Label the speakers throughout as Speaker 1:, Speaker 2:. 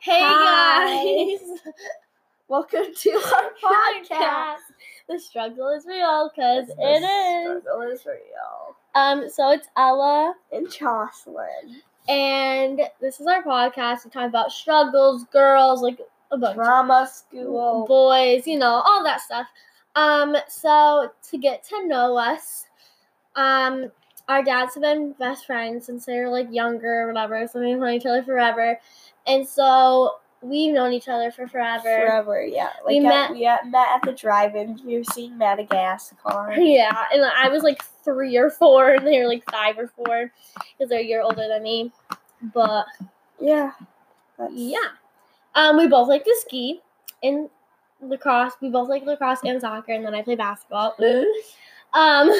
Speaker 1: Hey
Speaker 2: Hi.
Speaker 1: guys!
Speaker 2: Welcome to our podcast.
Speaker 1: Podcast. The struggle is real because
Speaker 2: The
Speaker 1: it is.
Speaker 2: Struggle is real.
Speaker 1: Um, so it's Ella,
Speaker 2: And Jocelyn.
Speaker 1: and this is our podcast. We talk about struggles, girls, like a bunch
Speaker 2: Drama
Speaker 1: of
Speaker 2: school.
Speaker 1: boys, you know, all that stuff. Um, so to get to know us, um, our dads have been best friends since they were like younger or whatever, so we've known each other forever. And so we've known each other for forever.
Speaker 2: Forever, yeah. Like
Speaker 1: We
Speaker 2: at-
Speaker 1: met-
Speaker 2: we at- met at the drive-in. We were seeing Madagascar.
Speaker 1: Yeah, and I was like three or four, and they were like five or four because they're a year older than me. But
Speaker 2: yeah. That's-
Speaker 1: yeah, um, we both like to ski and lacrosse. We both like lacrosse and soccer, and then I play basketball. Um,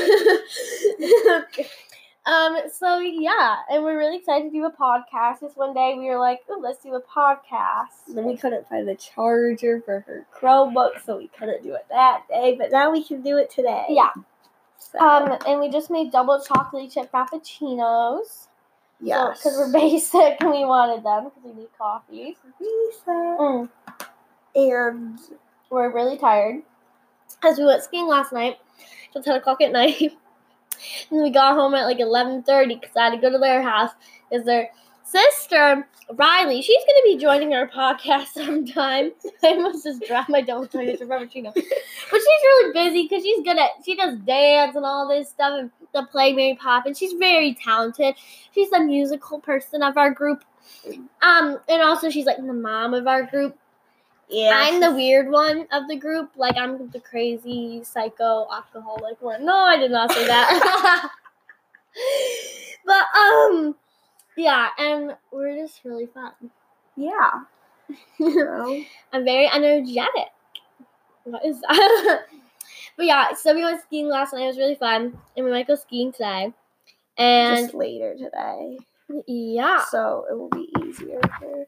Speaker 1: um, so yeah, and we're really excited to do a podcast. This one day we were like, "Ooh, let's do a podcast."
Speaker 2: Then we couldn't find the charger for her Chromebook, so we couldn't do it that day. But now we can do it today.
Speaker 1: Yeah,
Speaker 2: So,
Speaker 1: um, and we just made double chocolate chip frappuccinos.
Speaker 2: yes.
Speaker 1: because we're basic and we wanted them because we need coffee.
Speaker 2: Lisa
Speaker 1: Mm,
Speaker 2: and
Speaker 1: we're really tired because we went skiing last night till ten o'clock at night, and we got home at like eleven thirty because I had to go to their house because their sister Riley she's gonna be joining our podcast sometime. I almost just dropped my double chocolate chip frappuccino, but she's really busy because she's good at she does dance and all this stuff and the play Mary Poppins. She's very talented. She's the musical person of our group. Um, and also she's like the mom of our group.
Speaker 2: yeah.
Speaker 1: I'm the weird one of the group. Like I'm the crazy psycho alcoholic one. No, I did not say that. but um yeah, and we're just really fun.
Speaker 2: Yeah. So,
Speaker 1: I'm very energetic. What is that? but yeah, so we went skiing last night. It was really fun. And we might go skiing today. And
Speaker 2: just later today.
Speaker 1: yeah,
Speaker 2: So it will be easier for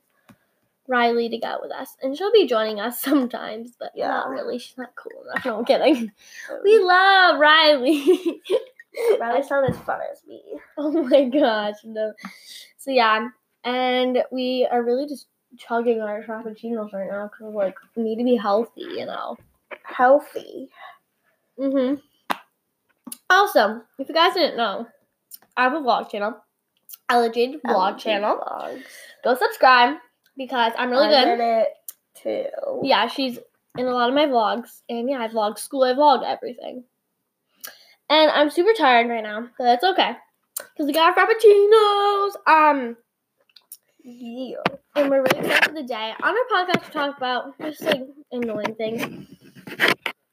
Speaker 1: Riley to go with us. And she'll be joining us sometimes, but not
Speaker 2: Yeah.
Speaker 1: really. She's not cool enough. No, I'm kidding. We love Riley.
Speaker 2: Riley sound as fun as me.
Speaker 1: Oh my gosh, no. So yeah, and we are really just chugging our frappuccinos right now because like we need to be healthy, you know.
Speaker 2: Healthy.
Speaker 1: Mhm. Also, if you guys didn't know, I have a vlog channel, Ella Jade Vlog
Speaker 2: Healthy
Speaker 1: Channel.
Speaker 2: Vlogs.
Speaker 1: Go subscribe because I'm really
Speaker 2: I'm
Speaker 1: good.
Speaker 2: in it too.
Speaker 1: Yeah, she's in a lot of my vlogs, and yeah, I vlog school, I vlog everything. And I'm super tired right now, but that's okay because we got our frappuccinos. Um.
Speaker 2: Yeah.
Speaker 1: and we're really excited for the day. On our podcast, we talk about just like annoying things,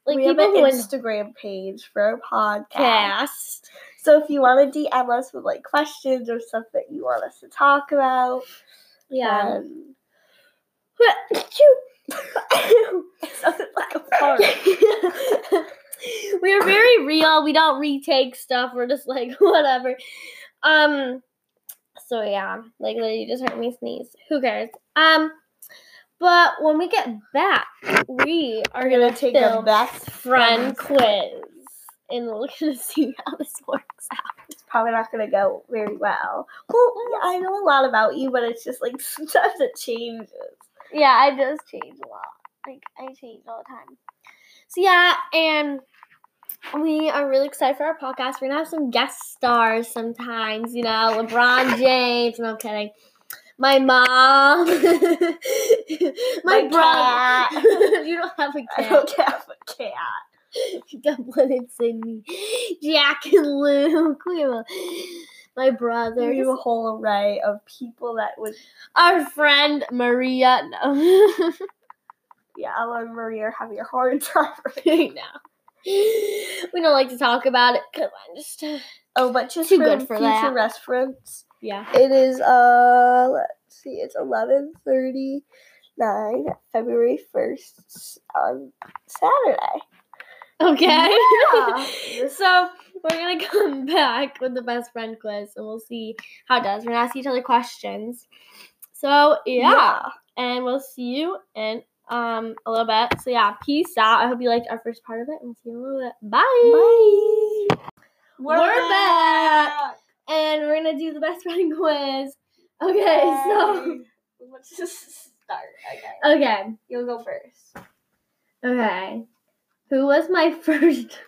Speaker 1: like
Speaker 2: we have
Speaker 1: people
Speaker 2: an
Speaker 1: who
Speaker 2: Instagram page for our podcast.
Speaker 1: podcast.
Speaker 2: So if you want to DM us with like questions or stuff that you want us to talk about,
Speaker 1: Yeah.
Speaker 2: um,
Speaker 1: we
Speaker 2: it sounded like a fart.
Speaker 1: are very real. We don't retake stuff. We're just like whatever. Um. So yeah, like literally, you just heard me sneeze. Who cares? Um. But when we get back, we are
Speaker 2: We're gonna take a
Speaker 1: film
Speaker 2: best
Speaker 1: friend quiz, and we're gonna see how this works out.
Speaker 2: probably not going to go very well. Well, yeah, I know a lot about you, but it's just like sometimes it changes.
Speaker 1: Yeah, I just change a lot. Like I change all the time. So yeah, and we are really excited for our podcast. We're gonna have some guest stars sometimes, you know, LeBron James. No I'm kidding. My mom, my,
Speaker 2: My
Speaker 1: brother.
Speaker 2: cat.
Speaker 1: you don't have a
Speaker 2: I
Speaker 1: cat.
Speaker 2: don't have a cat.
Speaker 1: Dublin and Sydney, Jack and Luke. We have a, my brother.
Speaker 2: There's a whole array of people that would,
Speaker 1: Our friend Maria. No.
Speaker 2: yeah, Ella and Maria are having a hard time.
Speaker 1: no. We don't like to talk about it because I'm just.
Speaker 2: Oh, but just
Speaker 1: Too
Speaker 2: for
Speaker 1: good for
Speaker 2: future
Speaker 1: that.
Speaker 2: reference,
Speaker 1: Yeah.
Speaker 2: it is, uh, let's see, it's 11.39, February 1st on Saturday.
Speaker 1: Okay.
Speaker 2: Yeah.
Speaker 1: so we're going to come back with the best friend quiz and we'll see how it does. We're going to ask each other questions. So, yeah. And we'll see you in um a little bit. So, yeah. Peace out. I hope you liked our first part of it. And we'll see you in a little bit. Bye.
Speaker 2: Bye.
Speaker 1: We're back. And we're going to do the best friend quiz. Okay. So.
Speaker 2: Yay. What's this? start. Okay.
Speaker 1: Okay.
Speaker 2: You'll go first.
Speaker 1: Okay. Who was my first?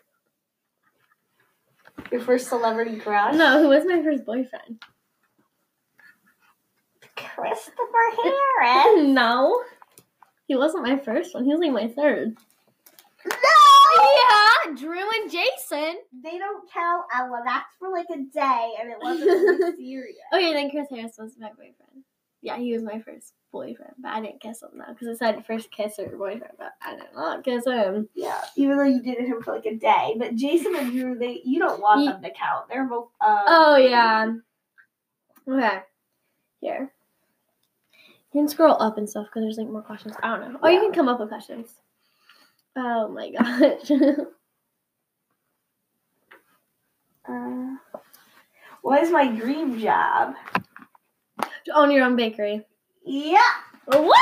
Speaker 2: Your first celebrity crush?
Speaker 1: No, who was my first boyfriend?
Speaker 2: Christopher Harris.
Speaker 1: No. He wasn't my first one. He was like my third.
Speaker 2: no!
Speaker 1: Yeah, Drew and Jason.
Speaker 2: They don't count. I well, that's for like a day, and it wasn't really serious.
Speaker 1: Okay, then Chris Harris was my boyfriend. Yeah, he was my first boyfriend, but I didn't kiss him though because it said first kiss or boyfriend, but I did not kiss him.
Speaker 2: Yeah, even though you dated him for like a day, but Jason and Drew, they you don't want
Speaker 1: Ye-
Speaker 2: them to count. They're both. Um,
Speaker 1: Oh yeah. Okay. Here. You can scroll up and stuff because there's like more questions. I don't know. Oh, you
Speaker 2: Yeah.
Speaker 1: can come up with questions. Oh my gosh.
Speaker 2: Uh, what is my dream job?
Speaker 1: Own your own bakery.
Speaker 2: Yeah.
Speaker 1: Woo!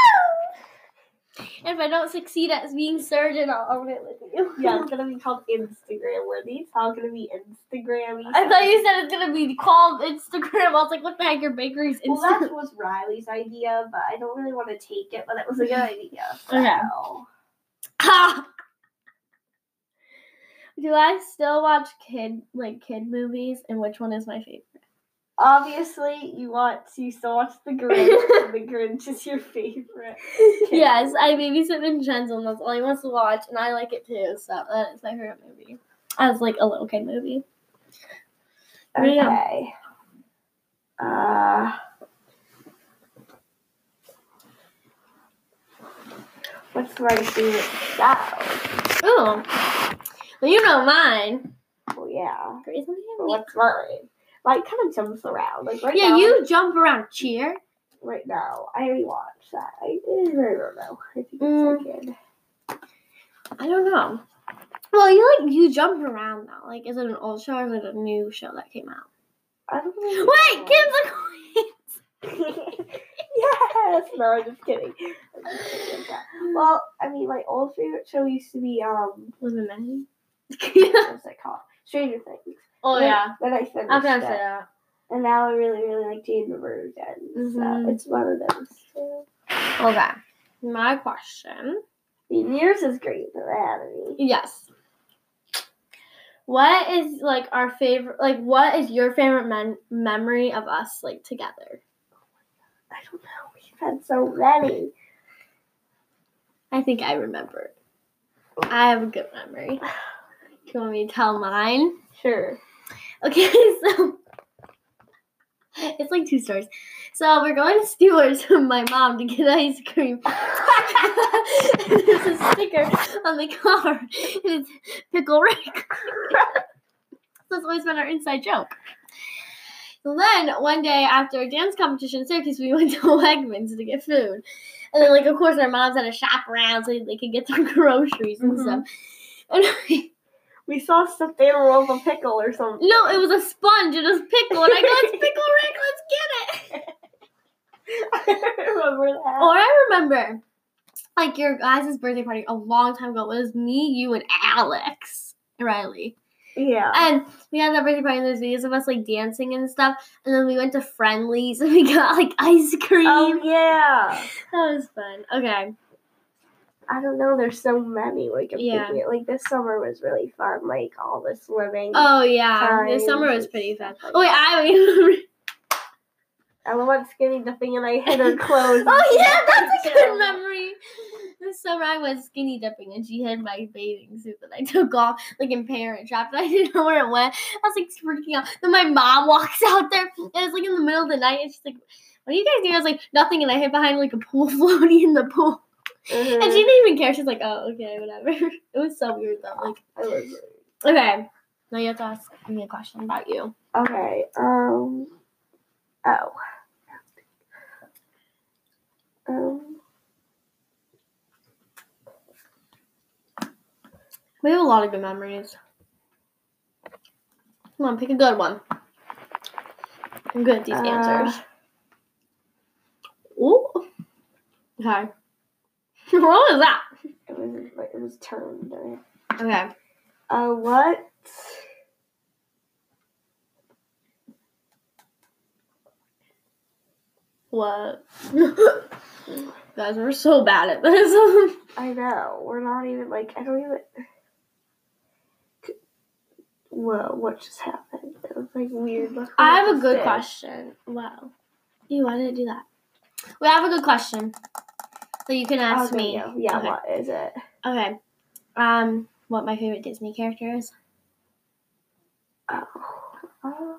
Speaker 1: If I don't succeed at being surgeon, I'll own it with you.
Speaker 2: Yeah, it's gonna be called Instagram worthy. It's all gonna be Instagram.
Speaker 1: I thought you said it's gonna be called Instagram. I was like, what the heck, your bakery's
Speaker 2: Well,
Speaker 1: Instagram?
Speaker 2: that was Riley's idea, but I don't really want to take it. But it was a good idea.
Speaker 1: Okay.
Speaker 2: so.
Speaker 1: Ah! Do I still watch kid like kid movies, and which one is my favorite?
Speaker 2: Obviously, you want to still watch The Grinch. and the Grinch is your favorite. Okay.
Speaker 1: Yes, I babysit Vincenzo, and that's all he wants to watch, and I like it too. So that's my favorite movie. As like a little kid movie. Yeah.
Speaker 2: Okay. Uh, what's my favorite show?
Speaker 1: Oh, well, you know mine.
Speaker 2: Oh yeah.
Speaker 1: Grey's
Speaker 2: But
Speaker 1: Anatomy.
Speaker 2: what's mine? Mine kind of jumps around. Like right
Speaker 1: Yeah,
Speaker 2: now.
Speaker 1: you jump around, cheer.
Speaker 2: Right now, I already watched that. I, I don't know. I think it's
Speaker 1: Mm.
Speaker 2: good.
Speaker 1: I don't know. Well, you like you jump around now. Like, is it an old show or is it a new show that came out?
Speaker 2: I don't really
Speaker 1: Wait,
Speaker 2: know.
Speaker 1: Kim's a queen.
Speaker 2: yes. No, I'm just kidding. I'm just kidding. Well, I mean, my old favorite show used to be um,
Speaker 1: Living Manhattan.
Speaker 2: what's it called? Stranger Things.
Speaker 1: oh
Speaker 2: Then-
Speaker 1: yeah,
Speaker 2: Then I finished
Speaker 1: I forgot to
Speaker 2: it.
Speaker 1: say that.
Speaker 2: And now I really, really like Jane the Virgin.
Speaker 1: Mhm.
Speaker 2: So it's one of those. two.
Speaker 1: Okay, my question.
Speaker 2: I mean, yours is great, but anatomy.
Speaker 1: Yes. What is like our favorite? Like, what is your favorite men- memory of us like together?
Speaker 2: I don't know. We've had so many.
Speaker 1: I think I remember. I have a good memory. Do you want me to tell mine?
Speaker 2: Sure.
Speaker 1: Okay, so it's like two stars. So we're going to Stewart's with my mom to get ice cream. There's a sticker on the car, and it's pickle Rick. That's always been our inside joke. So then one day after a dance competition in Syracuse, we went to Wegmans to get food, and then like of course our moms had to shop around so they could get some groceries and
Speaker 2: Mhm.
Speaker 1: stuff. And I
Speaker 2: We saw stuff they were of a pickle or something.
Speaker 1: no, it was a sponge. It was pickle, and I go, "It's pickle Rick. Let's get it."
Speaker 2: I remember that.
Speaker 1: Or I remember, like your guys' birthday party a long time ago. It was me, you, and Alex Riley,
Speaker 2: yeah.
Speaker 1: and we had that birthday party. And there's videos of us like dancing and stuff. And then we went to Friendlies and we got like ice cream.
Speaker 2: Oh yeah.
Speaker 1: That was fun. Okay,
Speaker 2: I don't know. There's so many. Like I'm
Speaker 1: Yeah.
Speaker 2: thinking, like this summer was really fun. Like all the swimming.
Speaker 1: Oh yeah, this
Speaker 2: Times
Speaker 1: summer was
Speaker 2: and
Speaker 1: pretty fun.
Speaker 2: stuff like
Speaker 1: Oh wait, I.
Speaker 2: I went skinny dipping and I hit her clothes.
Speaker 1: oh yeah, that's a good memory. This summer I was skinny dipping and she had my bathing suit that I took off, like in parent trap, and I didn't know where it went. I was like freaking out. Then my mom walks out there and it's like in the middle of the night and she's like, What are you guys doing? I was like, nothing, and I hid behind like a pool floaty in the pool.
Speaker 2: Mhm.
Speaker 1: And she didn't even care. She's like, Oh, okay, whatever. It was so weird though. Like,
Speaker 2: I was-
Speaker 1: okay. Now you have to ask me a question about you.
Speaker 2: Okay. Um. Oh. Um.
Speaker 1: We have a lot of good memories. Come on, pick a good one. I'm good at these
Speaker 2: Uh,
Speaker 1: answers. Ooh. Okay. what was that?
Speaker 2: It was like it was turned. right?
Speaker 1: Okay.
Speaker 2: Uh. What?
Speaker 1: What? Guys, we're so bad at this.
Speaker 2: I know. We're not even like I don't even. Whoa! What just happened? It was like weird. Look
Speaker 1: I have a good
Speaker 2: Upstairs.
Speaker 1: question. Wow. Ew, why did I do that? We have a good question that you can ask
Speaker 2: Okay,
Speaker 1: me.
Speaker 2: no. Yeah.
Speaker 1: Okay.
Speaker 2: What is it?
Speaker 1: Okay. Um, what my favorite Disney character is?
Speaker 2: Oh. oh.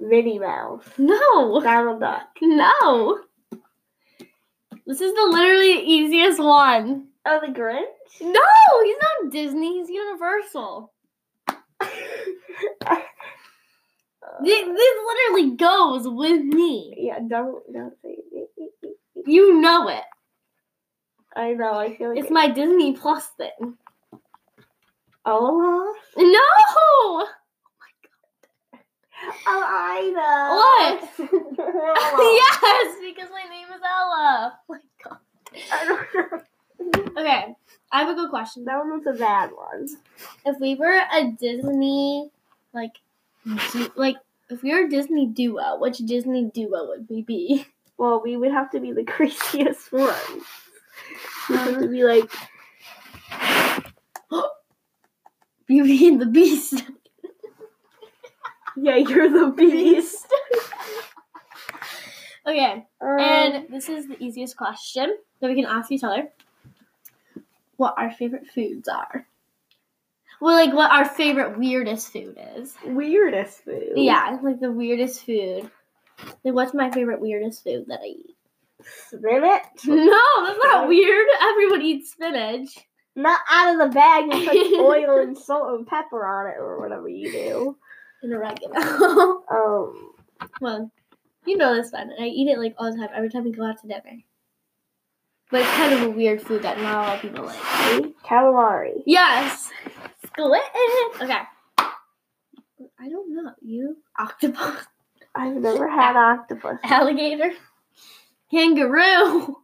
Speaker 2: Minnie Mouse.
Speaker 1: No.
Speaker 2: Donald Duck.
Speaker 1: No. This is the literally the easiest one.
Speaker 2: Oh, the Grinch.
Speaker 1: No, he's not Disney. He's Universal. This,
Speaker 2: Uh,
Speaker 1: this literally goes with me.
Speaker 2: yeah. Don't don't say. it.
Speaker 1: You know it.
Speaker 2: I know. I feel like
Speaker 1: It's my Disney Plus thing.
Speaker 2: Aloha.
Speaker 1: No.
Speaker 2: Oh, I
Speaker 1: What?
Speaker 2: know.
Speaker 1: yes, because my name is Ella. Oh my god.
Speaker 2: I don't know.
Speaker 1: Okay, I have a good question.
Speaker 2: That one was a bad one.
Speaker 1: If we were a Disney, like, du- like if we were a Disney duo, which Disney duo would we be?
Speaker 2: Well, we would have to be the craziest one. We have to
Speaker 1: Um,
Speaker 2: be like,
Speaker 1: Beauty and the Beast.
Speaker 2: yeah, you're the beast.
Speaker 1: okay,
Speaker 2: Um,
Speaker 1: and this is the easiest question that we can ask each other. What our favorite foods are. Well, like what our favorite weirdest food is.
Speaker 2: Um, weirdest food.
Speaker 1: Yeah, like the weirdest food. Like, what's my favorite weirdest food that I eat?
Speaker 2: Spinach.
Speaker 1: No, that's not weird. Everyone eats spinach.
Speaker 2: Not out of the bag and put oil and salt and pepper on it or whatever you do.
Speaker 1: And oregano.
Speaker 2: Um,
Speaker 1: well, you know this one. I eat it like all the time, every time we go out to dinner. But it's kind of a weird food that not a lot of people like.
Speaker 2: see? calamari.
Speaker 1: Yes! Squid! Okay. I don't know. You? Octopus?
Speaker 2: I've never had octopus.
Speaker 1: Alligator? Kangaroo!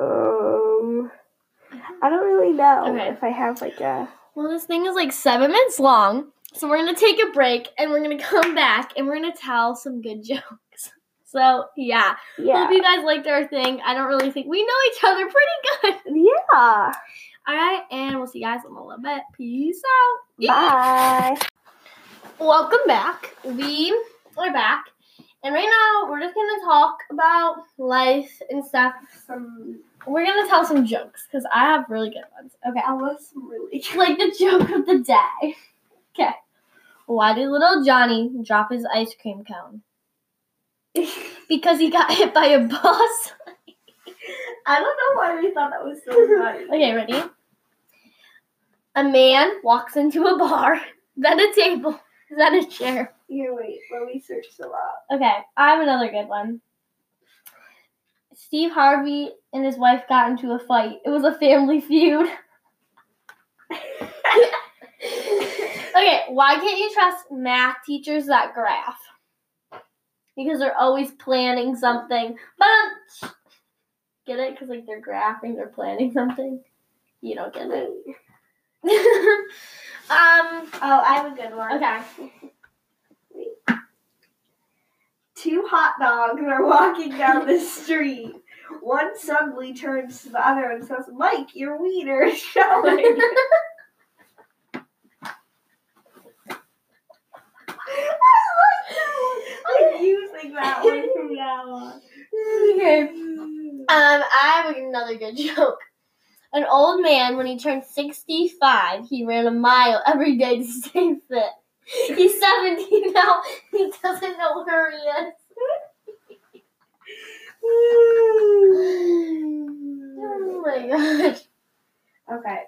Speaker 2: Um, I don't really know
Speaker 1: Okay.
Speaker 2: if I have like a.
Speaker 1: Well, this thing is like seven minutes long, so we're gonna take a break and we're gonna come back and we're gonna tell some good jokes. So, yeah.
Speaker 2: Yeah.
Speaker 1: Hope you guys liked our thing. I don't really think we know each other pretty good.
Speaker 2: Yeah.
Speaker 1: All right, and we'll see you guys in a little bit. Peace out.
Speaker 2: Bye.
Speaker 1: Welcome back. We are back, and right now we're just gonna talk about life and stuff. Some we're gonna tell some jokes because I have really good ones. Okay, I love some really like the joke of the day. Okay, why did little Johnny drop his ice cream cone? because he got hit by a bus.
Speaker 2: I don't know why we thought that was so funny.
Speaker 1: Okay, ready? A man walks into a bar, then a table, then a chair.
Speaker 2: Here, wait. Let me search them up.
Speaker 1: Okay, I have another good one. Steve Harvey and his wife got into a fight. It was a family feud. okay, why can't you trust math teachers that graph? Because they're always planning something. But get it? Because like they're graphing, they're planning something. You don't get it.
Speaker 2: Oh,
Speaker 1: um.
Speaker 2: I have a good one.
Speaker 1: Okay.
Speaker 2: Two hot dogs are walking down the street. One suddenly turns to the other and says, Mike, your wiener is showing. I'm using that one from now on.
Speaker 1: Okay. Um, I have another good joke. An old man, when he turned 65, he ran a mile every day to stay fit. He's 70 now. He doesn't know where he is. Oh my gosh.
Speaker 2: Okay.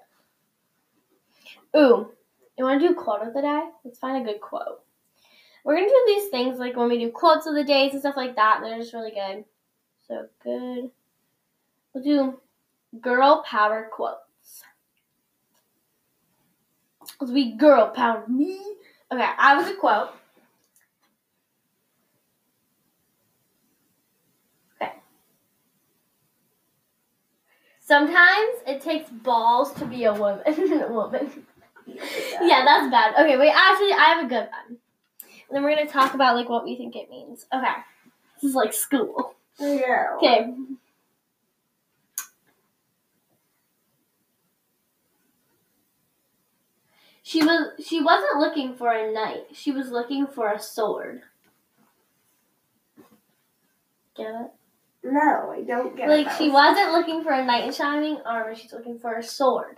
Speaker 1: Ooh, you want to do quote of the day? Let's find a good quote. We're gonna do these things like when we do quotes of the days and stuff like that. They're just really good. So good. We'll do girl power quotes. Cause we girl power me. Okay, I was a quote. Okay. Sometimes it takes balls to be a woman. woman. Yeah, that's bad. Okay, wait, actually, I have a good one. then we're gonna talk about like what we think it means. Okay. This is like school.
Speaker 2: Yeah.
Speaker 1: Okay. She was she wasn't looking for a knight. She was looking for a sword. Get it?
Speaker 2: No, I don't get
Speaker 1: Like
Speaker 2: that.
Speaker 1: she wasn't looking for a knight in shining armor. She's looking for a sword.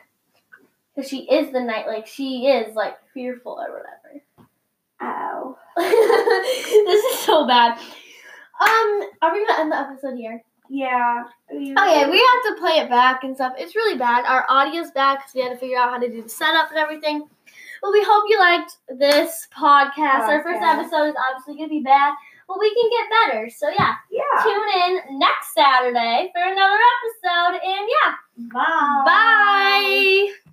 Speaker 1: Cause she is the knight. Like she is like fearful or whatever.
Speaker 2: Ow.
Speaker 1: this is so bad. Um, are we gonna end the episode here?
Speaker 2: Yeah. You-
Speaker 1: Okay, Oh, we have to play it back and stuff. It's really bad. Our audio's bad because we had to figure out how to do the setup and everything. But we hope you liked this podcast. Our first
Speaker 2: Podcast.
Speaker 1: episode is obviously gonna be bad, but we can get better. So yeah,
Speaker 2: Yeah.
Speaker 1: tune in next Saturday for another episode. And yeah,
Speaker 2: Bye.
Speaker 1: bye.